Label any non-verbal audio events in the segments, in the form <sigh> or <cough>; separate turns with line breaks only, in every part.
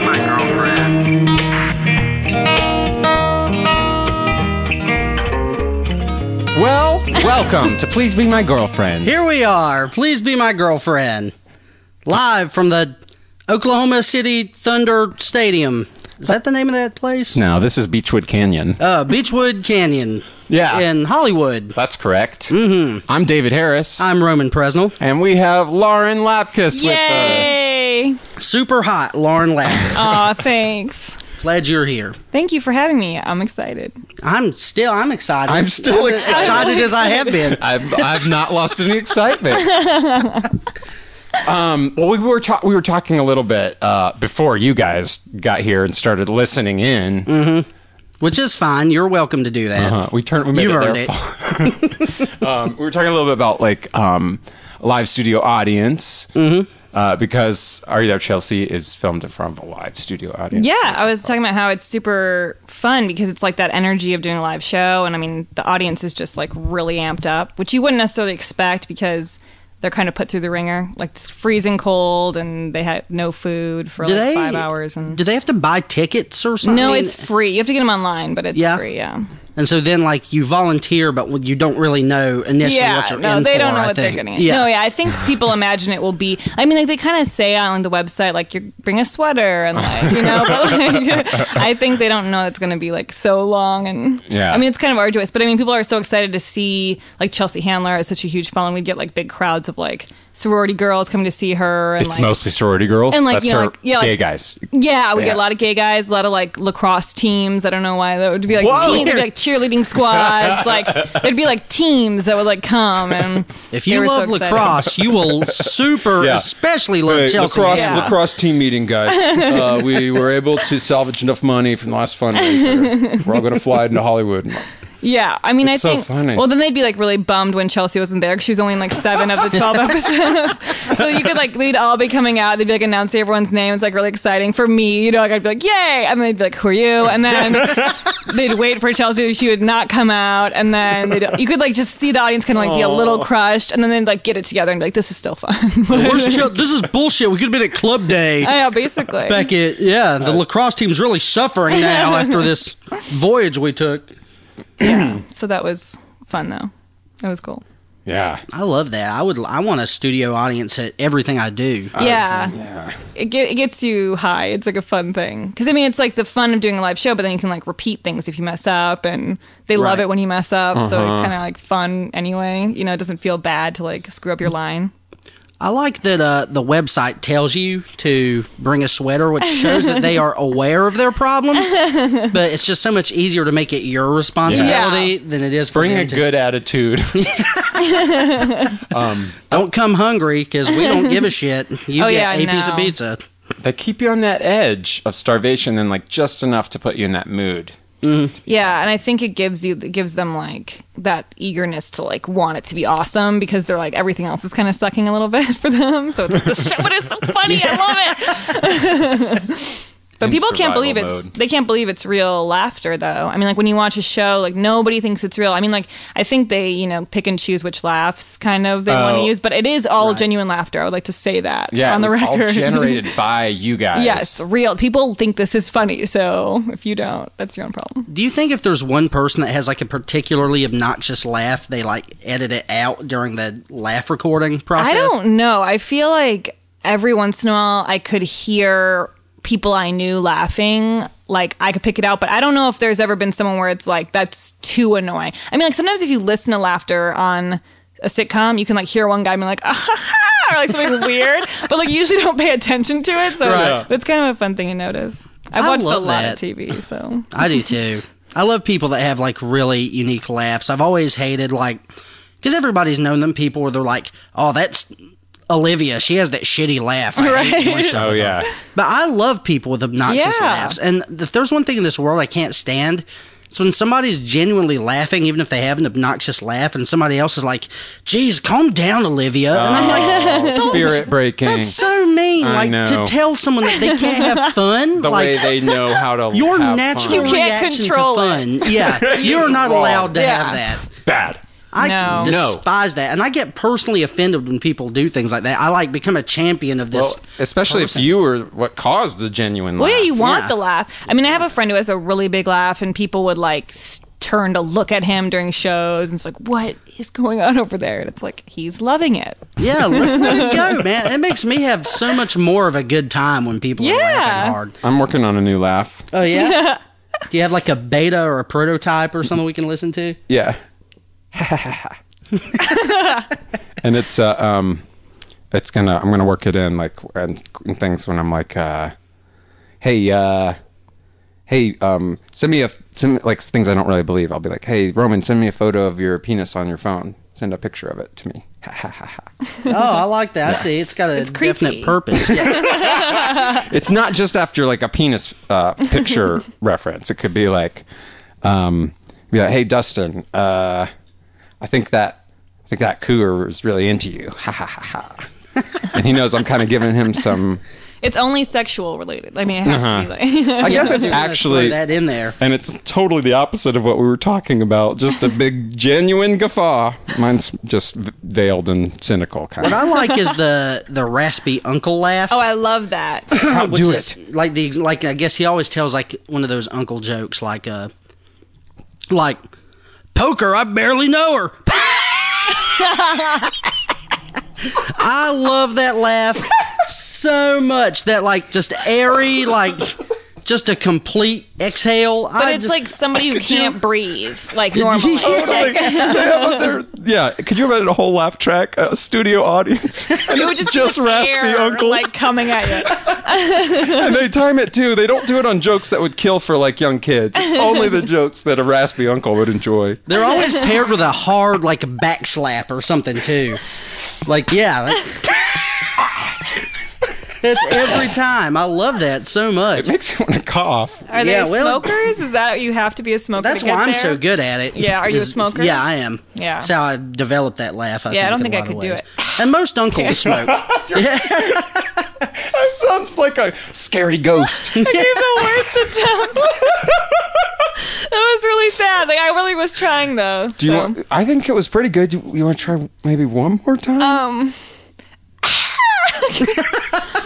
My girlfriend.
Well, welcome to Please Be My Girlfriend.
Here we are. Please be my girlfriend. Live from the Oklahoma City Thunder Stadium. Is that the name of that place?
No, this is Beechwood Canyon.
Uh, Beechwood Canyon
yeah.
in Hollywood.
that's correct. Mm-hmm. I'm David Harris.
I'm Roman Presnell.
and we have Lauren Lapkus with us.
Yay!
<laughs> Super hot, Lauren Ladd.
Aw, thanks.
Glad you're here.
Thank you for having me. I'm excited.
I'm still. I'm excited.
I'm still
as
excited.
excited as I have been.
I've, I've not lost any excitement. Um, well, we were ta- we were talking a little bit uh, before you guys got here and started listening in.
Which is fine. You're welcome to do that.
Uh, we turned. We made
You've
it
earned
there. <laughs>
it.
um, we were talking a little bit about like um, live studio audience uh, because Are You There, Chelsea is filmed in front of a live studio audience.
Yeah, I was talking about how it's super fun because it's like that energy of doing a live show. And I mean, the audience is just like really amped up, which you wouldn't necessarily expect because they're kind of put through the ringer. Like it's freezing cold and they had no food for
Do
like
they
five hours. And
do they have to buy tickets or something?
no, it's free. You have to get them online, but it's
Yeah.
free. Yeah.
and so then like you volunteer, but you don't really know initially
yeah,
what you're
no,
in
they
for,
don't know
I
what
think.
they're getting. No, yeah, I think people imagine it will be. I mean, like they kind of say on the website, like you bring a sweater and like you know, but like <laughs> I think they don't know it's going to be like so long and
Yeah.
I mean, it's kind of arduous, but I mean, people are so excited to see like Chelsea Handler is such a huge following. We'd get like big crowds of like sorority girls coming to see her. And,
It's
like,
mostly sorority girls.
And, like,
That's
you know,
her
like- yeah, like-
gay guys.
yeah, we get
Yeah.
a lot of gay guys, a lot of like lacrosse teams. I don't know why that would be like
Whoa!
teen, they'd be, like cheerleading squads. like there'd be like teams that would like come and
If
they
you
were so
love
excited.
lacrosse,
<laughs>
you will super,
Yeah.
especially love
Hey,
Chelsea.
lacrosse,
Yeah.
lacrosse team meeting,
<laughs>
guys. Uh, we were able to salvage enough money from the last fundraiser. We're all going to fly into Hollywood.
Yeah, I mean,
It's
I
so
think.
funny.
Well, then they'd be like really bummed when Chelsea wasn't there because she was only in like seven of the
<laughs>
twelve episodes. so you could like they'd all be coming out. They'd be like announcing everyone's name. It's like really exciting for me. You know, like I'd be like, "Yay!" And then they'd be like, "Who are you?" And then
<laughs>
they'd wait for Chelsea. She would not come out. And then they'd, you could like just see the audience kind of like be a little crushed. And then they'd like get it together and be like, "This is still fun." <laughs>
Where's Chel- this is bullshit. We could have been at club day.
yeah, basically.
Back at yeah, the
Uh,
lacrosse team's
<laughs>
really suffering now after this voyage we took.
so that was fun though. That was cool.
Yeah.
I love that. I would. I want a studio audience at everything I do.
yeah.
Yeah.
it, get, it gets you high. It's like a fun thing because I mean, it's like the fun of doing a live show, but then you can like repeat things if you mess up, and they love
Right. Uh-huh.
it when you mess up. So it's kind of like fun anyway. You know, it doesn't feel bad to like screw up your line.
I like that uh, the website tells you to bring a sweater, which shows that they are aware of
<laughs>
their problems. But it's just so much easier to make it your responsibility
Yeah.
than it is for
Bring
them
a
to-
good attitude.
Don't come hungry because we don't give
<laughs>
a shit. You
Oh,
get
yeah,
a piece
no.
of pizza.
<laughs> They keep you on that edge of starvation and like just enough to put you in that mood.
Yeah, and I think it gives you it gives them like that eagerness to like want it to be awesome because they're like everything else is kind of sucking a little <laughs> bit for them. So it's like this show is so funny. I love it. But
In
people can't
survival
believe it's
mode.
they can't believe it's real laughter though. I mean like when you watch a show like nobody thinks it's real. I mean like I think they, you know, pick and choose which laughs kind of they want
Oh.
to use, but it is all genuine laughter. I would like to say that
Yeah,
on
it
the
was
record. <laughs>
all generated by you guys.
yes, real. People think this is funny. So if you don't, that's your own problem.
Do you think if there's one person that has like a particularly obnoxious laugh, they like edit it out during the laugh recording process?
I don't know. I feel like every once in a while I could hear people I knew laughing. Like I could pick it out, but I don't know if there's ever been someone where it's like that's too annoying. I mean, like sometimes if you listen to laughter on a sitcom, you can like hear one guy being like, <laughs> ah, ha, ha," or like
<laughs>
something weird, but like you usually don't pay attention to it. So but it's kind of a fun thing to notice. I've
I
watched a
love
lot
that.
of TV, so
I do too. I love people that have like really unique laughs. I've always hated like because everybody's known them people where they're like, oh, that's Olivia. She has that shitty laugh. I hate doing stuff
Oh
with
yeah.
But I love people with obnoxious
Yeah.
laughs. And if there's one thing in this world I can't stand, it's when somebody's genuinely laughing, even if they have an obnoxious laugh, and somebody else is like, geez, calm down, Olivia. and I'm <laughs> like, "Don't-
Spirit breaking.
That's so mean.
Oh, I
like, to
know.
tell someone that they
<laughs>
can't have fun.
the
like,
way they know how to.
your
have
natural
fun.
You can't
reaction
control
to fun.
<laughs>
Yeah. You're not
wrong.
allowed to
Yeah.
have that.
bad.
I
No.
No.
despise that, and I get personally offended when people do things like that. I like become a champion of this.
Well, especially if you were what caused the genuine.
Well, yeah,
laugh.
you want
Yeah.
the laugh. I mean, I have a friend who has a really big laugh, and people would like s- turn to look at him during shows, and it's like, what is going on over there? And it's like he's loving it.
Yeah, let's
<laughs>
let it go, man. It makes me have so much more of a good time when people are
Yeah.
laughing hard.
I'm working on a new laugh.
<laughs>
Oh yeah. Do you have like a beta or a prototype or something we can listen to?
Yeah. and it's uh, um, it's gonna I'm gonna work it in like and, and things when I'm like, uh, hey, uh, hey, um, send me a send me, like things I don't really believe. I'll be like, hey, Roman, send me a photo of your penis on your phone. Send a picture of it to me.
Oh, I like that. I see. It's got a
creepy. <laughs>
definite purpose. Yeah.
it's not just after like a penis uh, picture reference. It could be like, um, be like, hey Dustin, uh, I think that I think that cougar is really into you. <laughs> Ha ha ha ha. And he knows I'm kind of giving him some.
It's only sexual related. I mean, it has to be like. <laughs>
I guess it's
We're gonna
actually,
throw that in there.
and it's totally the opposite of what we were talking about. Just a big genuine guffaw. Mine's just v- veiled and cynical kind
What
of.
I like is the the raspy uncle laugh.
oh, I love
<laughs>
that.
which is like the like I guess he always tells like one of those uncle jokes like uh like poker I barely know her. <laughs> I love that laugh so much that like just airy like just a complete exhale.
But
I
it's
just-
like somebody who can't breathe like normally. <laughs>
<laughs>
Totally. They have their- yeah, could you imagine a whole laugh track, a studio
<laughs>
audience, and
It would
it's
just,
just,
be like
raspy
air,
uncles,
like coming at you.
and they time it too. They don't do it on jokes that would kill for like young kids.
<laughs>
It's only the jokes that a raspy uncle would enjoy.
They're always paired with a hard like back slap or something too. Like yeah, that's- <laughs> it's every time. I love that so much.
It makes you want to cough.
Are
Yeah,
they
well-
smokers? Is that you have to be a smoker?
That's
to get
why I'm
there?
so good at it.
Yeah, are you a smoker?
Yeah, I am.
Yeah.
That's how I developed that laugh. I
Yeah, I don't
think, in
think I
a lot of
could do
ways.
it.
And most
<laughs>
uncles smoke.
That sounds like a scary ghost.
<laughs> <laughs> I gave the worst attempt. <laughs> that was really sad. Like I really was trying though.
Do you
so.
want? I think it was pretty good. You, you want to try maybe one more time?
Um,
<laughs>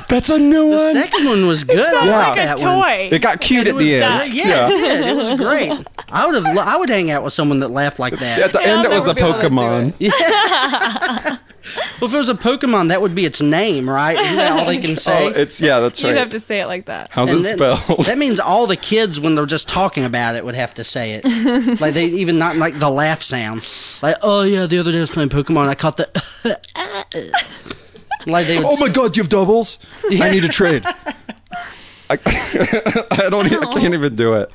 That's a new
The
one.
second one was good. I
Yeah.
like
like a
that one.
toy.
It got cute at
was
the
done.
end.
Yeah, It, did. it was great. I would have. lo- I would hang out with someone that laughed like
At
that.
the
Yeah,
end, it
I'll
was
never
a
be able to do
Pokemon.
Well, if it was a Pokemon, that would be its name, right? Isn't that
<laughs>
all they can say?
Oh, it's yeah, that's
you'd
right.
have to say it like that.
How's
And
it
then-
spelled?
<laughs> That means all the kids, when they're just talking about it, would have to say
<laughs>
it. like they even not like the laugh sound. Like, oh yeah, the other day I was playing Pokemon, I caught the. <laughs> like they would.
Oh my god, you have doubles? <laughs> I need to trade. I, <laughs> I don't. e-, I
Oh.
can't even do it.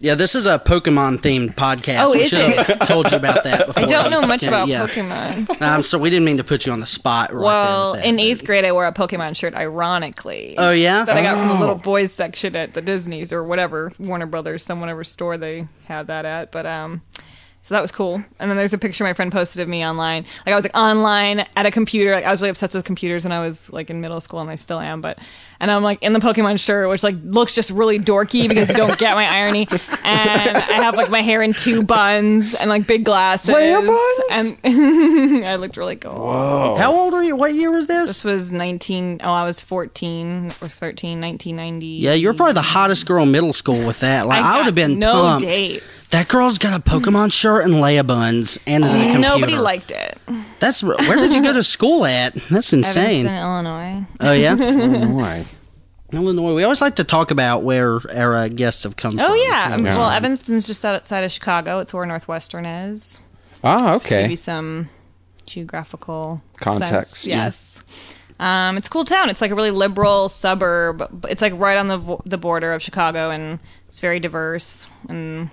Yeah, this is a Pokemon themed podcast.
Oh,
we
is
should have <laughs> told you about that before.
I don't know much
Yeah,
about
yeah.
Pokemon.
Um, so we didn't mean to put you on the spot. Right
Well,
there with that,
in
but-
eighth grade, I wore a Pokemon shirt, ironically.
Oh, yeah?
that I got from the
Oh.
little boys section at the Disney's or whatever Warner Brothers, some whatever store they had that at. But um, so that was cool. And then there's a picture my friend posted of me online. Like I was like online at a computer. Like I was really obsessed with computers when I was like in middle school, and I still am. But and I'm like in the Pokemon shirt, which like looks just really dorky because you don't get my irony. And I have like my hair in two buns and like big glasses.
Layer buns?
And <laughs> I looked really cool.
Oh.
How old are you? What year was this?
This was 19. Oh, I was 14 or 13, 1990.
Yeah, you were probably the hottest girl in middle school with that. Like I,
got
would have been
no
pumped.
dates.
That girl's got a Pokemon shirt and Leia buns and is in a computer.
Hmm. Nobody liked it.
That's where did you go to school at? That's
Evanston,
insane.
Illinois.
Oh
<laughs>
yeah,
Why?
Illinois. We always like to talk about where our uh, guests have come
Oh
from.
yeah. Um, Well, Evanston's just outside of Chicago. It's where Northwestern is.
Ah,
Give you
okay.
some geographical
Context.
sense. Yes. Um, it's a cool town. It's like a really liberal suburb. but It's like right on the vo- the border of Chicago, and it's very diverse. And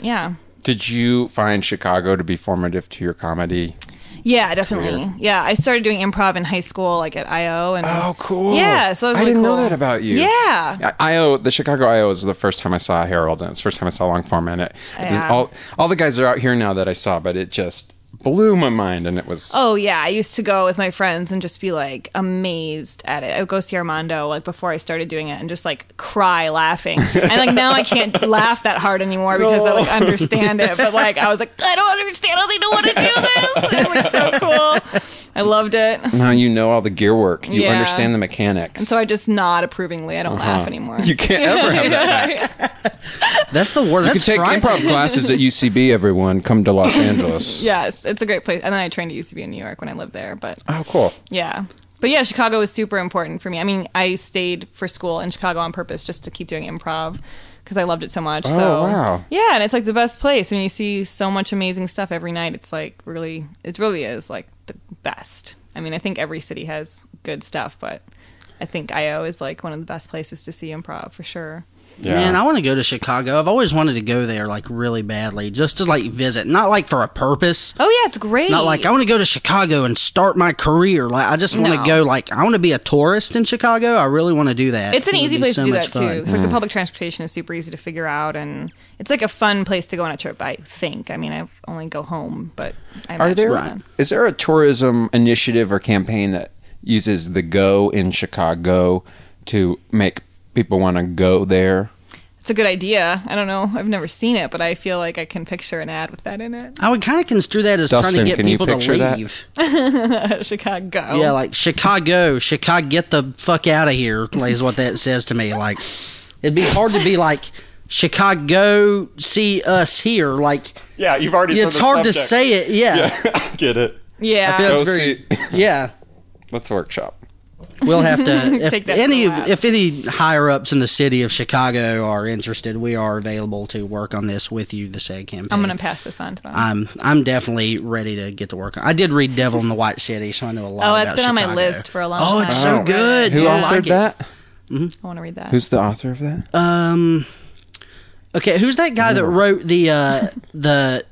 Yeah.
Did you find Chicago to be formative to your comedy?
Yeah, definitely. Yeah, I started doing improv in high school, like at IO. And
Oh, cool.
Yeah, so it was
I
really
didn't know
cool.
that about you.
Yeah.
IO, the Chicago IO was the first time I saw Harold, and it's the first time I saw long form, and it, it was
Yeah.
all all the guys are out here now that I saw, but it just blew my mind, and it was
Oh yeah, I used to go with my friends and just be like amazed at it. I would go see Armando like before I started doing it and just like cry laughing. And like now I
<laughs>
can't laugh that hard anymore because I like understand it. But like I was like I don't understand how they don't want to do this. And it
<laughs>
was so cool. I loved it.
now you know all the gear work, you
Yeah.
understand the mechanics,
So I just nod approvingly. I don't laugh anymore.
Uh-huh. you can't ever have
<laughs>
that. back.
That's the worst.
You can
That's
take
frightening.
improv classes at UCB. Everyone, come to Los Angeles.
yes, it's a great place. And then I trained at UCB in New York when I lived there. But
Oh, cool.
Yeah. But yeah, Chicago was super important for me. I mean, I stayed for school in Chicago on purpose just to keep doing improv because I loved it so much. Oh, so
wow.
Yeah, and it's like the best place. I mean, you see so much amazing stuff every night. It's like really, it really is like the best. I mean, I think every city has good stuff, but I think IO is like one of the best places to see improv for sure.
Man, I want to go to Chicago. I've always wanted to go there like really badly, just to like visit, not like for a purpose.
Oh yeah, it's great.
Not like I want to go to Chicago and start my career. Like I just want to
No.
go. Like I want to be a tourist in Chicago. I really want to do that.
It's an
It would
easy
be
place
so
to do
much
that too.
fun.
'cause, like the public transportation is super easy to figure out, and it's like a fun place to go on a trip. I think. I mean, I only go home, but I
Are
imagine
there
it's
is
fun.
there a tourism initiative or campaign that uses the go in Chicago to make people want to go there?
It's a good idea. I don't know. I've never seen it, but I feel like I can picture an ad with that in it. <laughs>
I would kind of construe that as
Dustin,
trying to get
can you
people to
picture that?
leave.
Chicago.
Yeah, like Chicago, Chicago, get the fuck out of here is what that says to me. Like, it'd be hard to be like Chicago, see us here. Like,
Yeah, you've already.
it's hard to say it. Yeah,
Get it.
yeah.
I feel it's
Go
very.
<laughs>
Yeah,
Let's workshop.
we'll
<laughs>
have to.
Take
If
that
any,
for a laugh.
if any higher ups in the city of Chicago are interested, we are available to work on this with you. The SAG campaign.
I'm gonna pass this on to them.
I'm I'm definitely ready to get to work. on I did read Devil in the White City, so I know a lot.
Oh,
it
that's
about
been on my
Chicago.
list for a long
Oh, it's
time.
so
Oh.
good.
Who
Yeah, I
authored
like it.
that?
I want to read that.
Who's the author of that?
<laughs> Um, okay, who's that guy that wrote the uh, the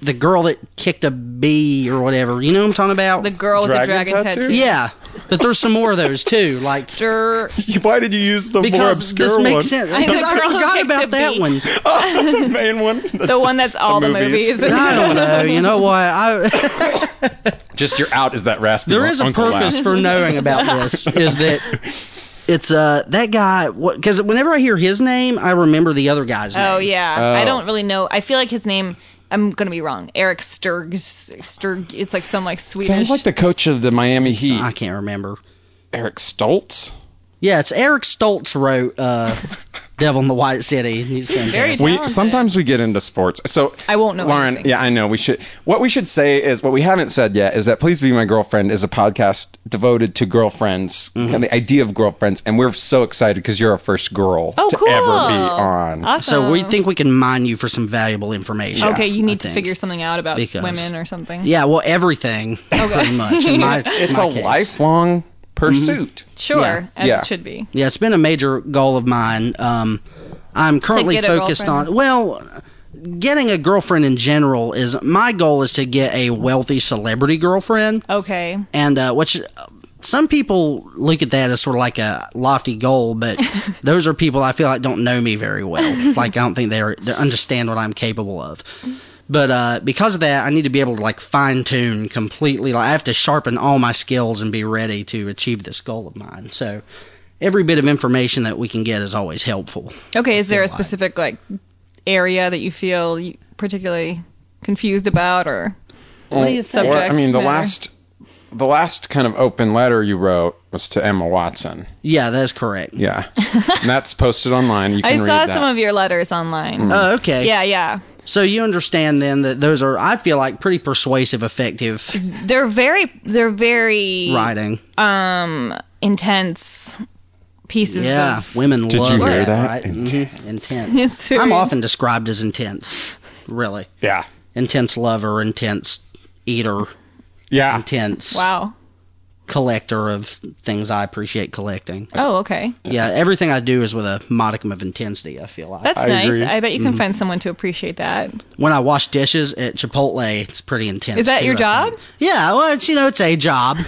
the girl that kicked a bee or whatever? You know what I'm talking about?
the girl with the dragon tattoo?
yeah, but there's some more of
<laughs>
those too. Like
Sure.
Why did you use the more
because
obscure
this makes
one?
sense
I know,
because I,
girl who
forgot
kicked a
about that
bee.
one.
<laughs>
the main one.
The one that's all the, movies.
movies.
I don't know. You know what? I,
<laughs>
<laughs>
Just you're out is that raspy.
there is a
uncle laugh.
purpose for knowing about this. Is that it's uh that guy? Because whenever I hear his name, I remember the other guy's name.
<laughs> Oh yeah, I don't really know. I feel like his name. I'm gonna be wrong. Eric Sturgs. Sturg. It's like some like Swedish.
Sounds like the coach of the Miami Heat,
I can't remember.
Eric Stoltz.
Yeah, it's Eric Stoltz wrote
<laughs>
uh, "Devil in the White City." He's, fantastic.
very
We
talented.
sometimes we get into sports. So
I won't know
Lauren,
anything.
yeah, I know. We should. What we should say is what we haven't said yet is that "Please Be My Girlfriend" is a podcast devoted to girlfriends
Mm-hmm.
and the idea of girlfriends, and we're so excited because you're our first girl
Oh,
to
cool.
ever be on.
Awesome.
So we think we can mine you for some valuable information.
okay, you
I
need to
think.
figure something out about
Because-
women or something.
Yeah, well, everything pretty much. in my-
<laughs> it's
my
a
case.
lifelong
Mm-hmm.
pursuit.
Sure,
Yeah.
as
Yeah.
it should be.
Yeah, it's been a major goal of mine. Um, I'm currently
get a
focused
girlfriend?
on well, getting a girlfriend in general is my goal is to get a wealthy celebrity girlfriend.
Okay.
and uh, which uh, some people look at that as sort of like a lofty goal, but those are people I feel like don't know me very well. like I don't think they, are, they understand what I'm capable of. But uh, because of that, I need to be able to like fine tune completely. Like I have to sharpen all my skills and be ready to achieve this goal of mine. So every bit of information that we can get is always helpful.
Okay, is there a specific like area that you feel you particularly confused about or
What do you think?
subject?
Or, I mean, the
matter?
last, the last kind of open letter you wrote was to Emma Watson.
Yeah, that's correct.
<laughs>
Yeah, and that's posted online. You can
I
read
saw
that. Mm.
some of your letters online.
Oh, okay.
yeah, yeah.
So you understand then that those are, I feel like, pretty persuasive, effective
They're very they're very
writing.
intense pieces
Yeah,
of
women
Did
love
you hear
it,
that? Mm-hmm.
right? Mhm. Intense.
It's very-
I'm often described as intense, really.
yeah,
Intense lover, intense eater,
yeah.
intense
wow.
collector of things I appreciate collecting.
Oh, okay.
Yeah, everything I do is with a modicum of intensity, I feel like.
That's
I
nice.
agree.
I bet you
Mm.
can find someone to appreciate that.
when I wash dishes at Chipotle, it's pretty intense.
Is that
too,
your
I think.
job?
Yeah, well, it's you know, it's a job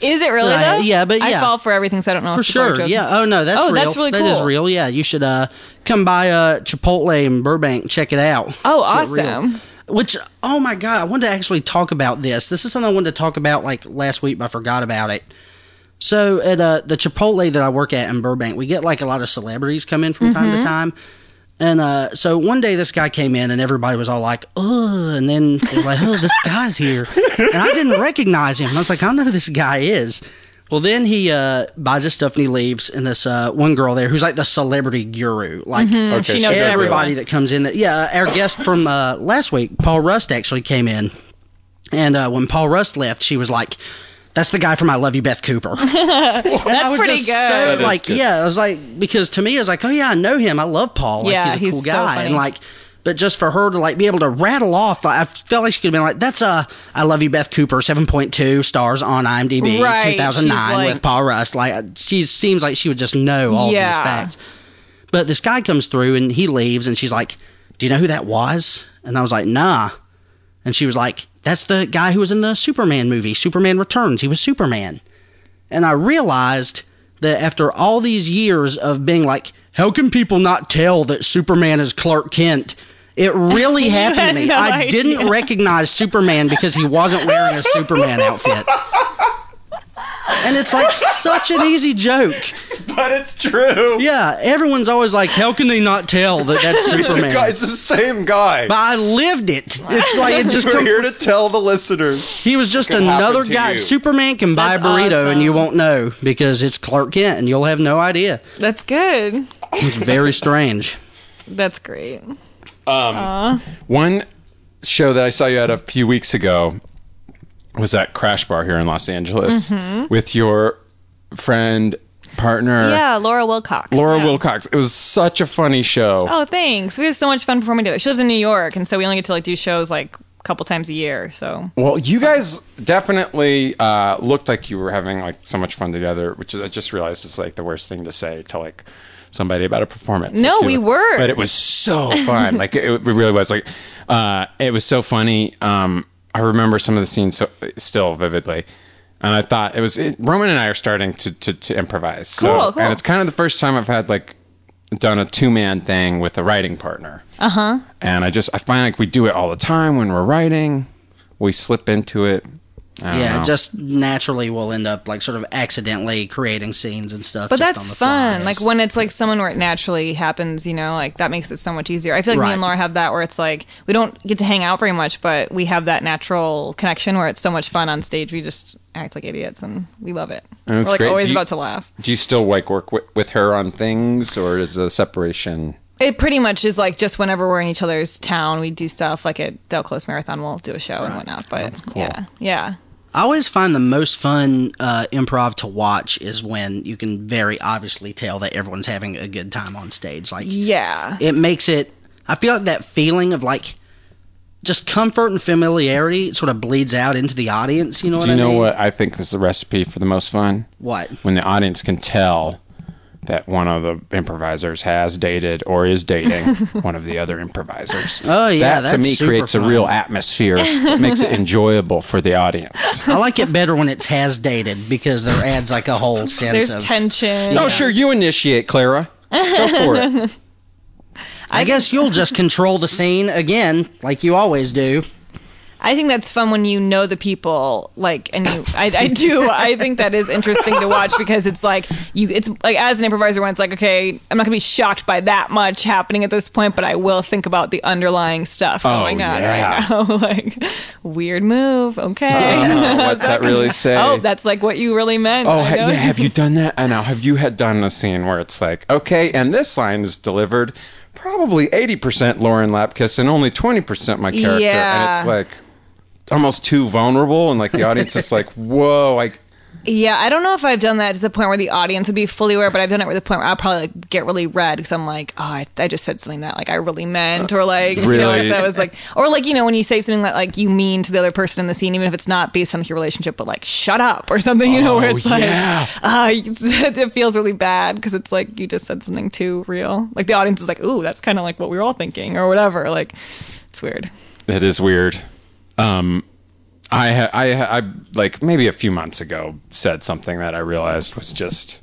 Is it really
Right,
though?
yeah, but
I
yeah.
fall for everything, so I don't know
for
if people are
sure.
joking.
Yeah. Oh no, that's
Oh,
real.
that's really
That is
cool.
real. Yeah, you should uh come by uh Chipotle in Burbank, check it out.
Oh,
Get real.
awesome.
Which oh my god, I wanted to actually talk about this. This is something I wanted to talk about like last week, but I forgot about it. So at uh, the Chipotle that I work at in Burbank, we get like a lot of celebrities come in from
Mm-hmm.
time to time. And uh, so one day this guy came in and everybody was all like, "Oh!" And then they were like,
<laughs>
"Oh, this guy's here," and I didn't recognize him. I was like, "I don't know who this guy is." Well, then he uh, buys his stuff and he leaves. And this uh, one girl there who's like the celebrity guru, like
Okay,
Mm-hmm. She knows
she's
everyone.
everybody that comes in. That yeah, our guest from uh, last week, Paul Rust, actually came in, and uh, when Paul Rust left, she was like, "That's the guy from I Love You, Beth
<laughs>
Cooper." That's
pretty good. That
So, like, yeah, I was like, because to me, I was like, oh yeah, I know him. I love Paul. Like,
Yeah,
he's a
he's
cool
so
guy,
funny.
and like. But just for her to like be able to rattle off, like, I felt like she could have been like, "That's uh, I love you, Beth Cooper, seven point two stars on IMDb,
Right, she's
two thousand nine
like-
with Paul Rust." Like she seems like she would just know all
Yeah.
these facts. But this guy comes through and he leaves, and she's like, "Do you know who that was?" And I was like, "Nah." And she was like, "That's the guy who was in the Superman movie, Superman Returns. He was Superman." And I realized that after all these years of being like, "How can people not tell that Superman is Clark Kent?"
<laughs>
It really happened to me.
no
I didn't
idea.
recognize Superman because he wasn't wearing a Superman outfit. And it's like such an easy joke.
<laughs>
but it's true.
Yeah, everyone's always like, how can they not tell that that's Superman?
God, it's the same guy.
but I lived it. It's like
<laughs>
it just.
We're
Com-
here to tell the listeners.
he was just another
to
guy.
you.
Superman can buy
That's
a burrito
awesome.
and you won't know because it's Clark Kent and you'll have no idea.
That's good.
<laughs>
It's very strange.
That's great.
One show that I saw you at a few weeks ago was at Crash Bar here in Los Angeles
Mm-hmm.
with your friend, partner,
Yeah, Laura Wilcox.
Laura
yeah.
Wilcox. It was such a funny show.
Oh, thanks. We have so much fun performing together. She lives in New York, and so we only get to like do shows like a couple times a year. So
Well, you guys definitely uh, looked like you were having like so much fun together, which is I just realized is like the worst thing to say to like somebody about a performance.
No,
Like, you
we were.
but it was so fun. like it, it really was. Like uh, it was so funny. Um, I remember some of the scenes so, still vividly, and I thought it was it, Roman and I are starting to to, to improvise. so,
Cool, cool.
And it's kind of the first time I've had like done a two man thing with a writing partner. Uh
Uh-huh.
huh. And I just I find like we do it all the time when we're writing, we slip into it. I don't
Yeah,
know.
it just naturally will end up like sort of accidentally creating scenes and stuff.
But
just
that's
on the
fun.
fly.
Like when it's like someone where it naturally happens, you know, like that makes it so much easier. I feel like me
Right.
and Laura have that where it's like we don't get to hang out very much, but we have that natural connection where it's so much fun on stage. We just act like idiots and we love it.
And
We're
it's
like
great.
always
Do you-
about to laugh.
do you still like work with, with her on things, or is the separation?
It pretty much is like just whenever we're in each other's town, we do stuff like at Del Close Marathon, we'll do a show and whatnot. But yeah, yeah.
I always find the most fun uh, improv to watch is when you can very obviously tell that everyone's having a good time on stage. Like,
Yeah.
it makes it. I feel like that feeling of like just comfort and familiarity sort of bleeds out into the audience. You know what
Do you
I
know
mean?
what I think is the recipe for the most fun?
What?
When the audience can tell that one of the improvisers has dated or is
<laughs>
dating one of the other improvisers.
Oh, yeah,
that to
that's
me
super
creates a
fun.
real atmosphere. It makes
<laughs>
it enjoyable for the audience.
I like it better when it's has dated because there adds like a whole
<laughs>
sense
There's
of
tension.
Oh, sure, you initiate, Clara. Go for
<laughs>
it.
I guess
<laughs>
you'll just control the scene again, like you always do.
I think that's fun when you know the people, like, and you, I, I do. I think that is interesting to watch because it's like you, it's like as an improviser, when it's like, okay, I'm not gonna be shocked by that much happening at this point, but I will think about the underlying stuff going
Oh,
on
yeah.
right now. <laughs> like, weird move. Okay.
Uh-huh. What's
<laughs>
that really say?
oh, that's like what you really meant.
Oh,
I
ha-
know.
yeah. Have
<laughs>
you done that? I know. Have you had done a scene where it's like, okay, and this line is delivered probably 80% Lauren Lapkus and only 20% my character. And it's
Yeah. <laughs>
like almost too vulnerable. And like the audience is like, whoa, like
Yeah, I don't know if I've done that to the point where the audience would be fully aware, but I've done it to the point where I'll probably like get really red because I'm like, oh, I, I just said something that like I really meant, or like you know,
Really?
if that was like, or like you know when you say something that like you mean to the other person in the scene, even if it's not based on your relationship, but like shut up or something, you know, where it's like, ah, <laughs> it feels really bad because it's like you just said something too real. Like the audience is like, ooh, that's kind of like what we were all thinking or whatever. Like it's weird.
It is weird. Um, I, ha- I, ha- I, like maybe a few months ago said something that I realized was just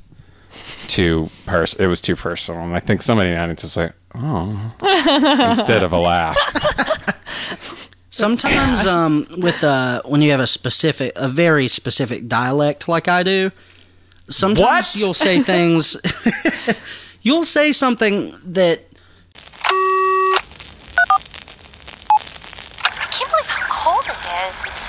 too pers. It was too personal, and I think somebody in the audience was like, "Oh,"
<laughs>
instead of a laugh.
Sometimes um, with uh, when you have a specific, a very specific dialect, like I do, sometimes you'll say things. <laughs> you'll say something that
I can't believe how cold it is. It's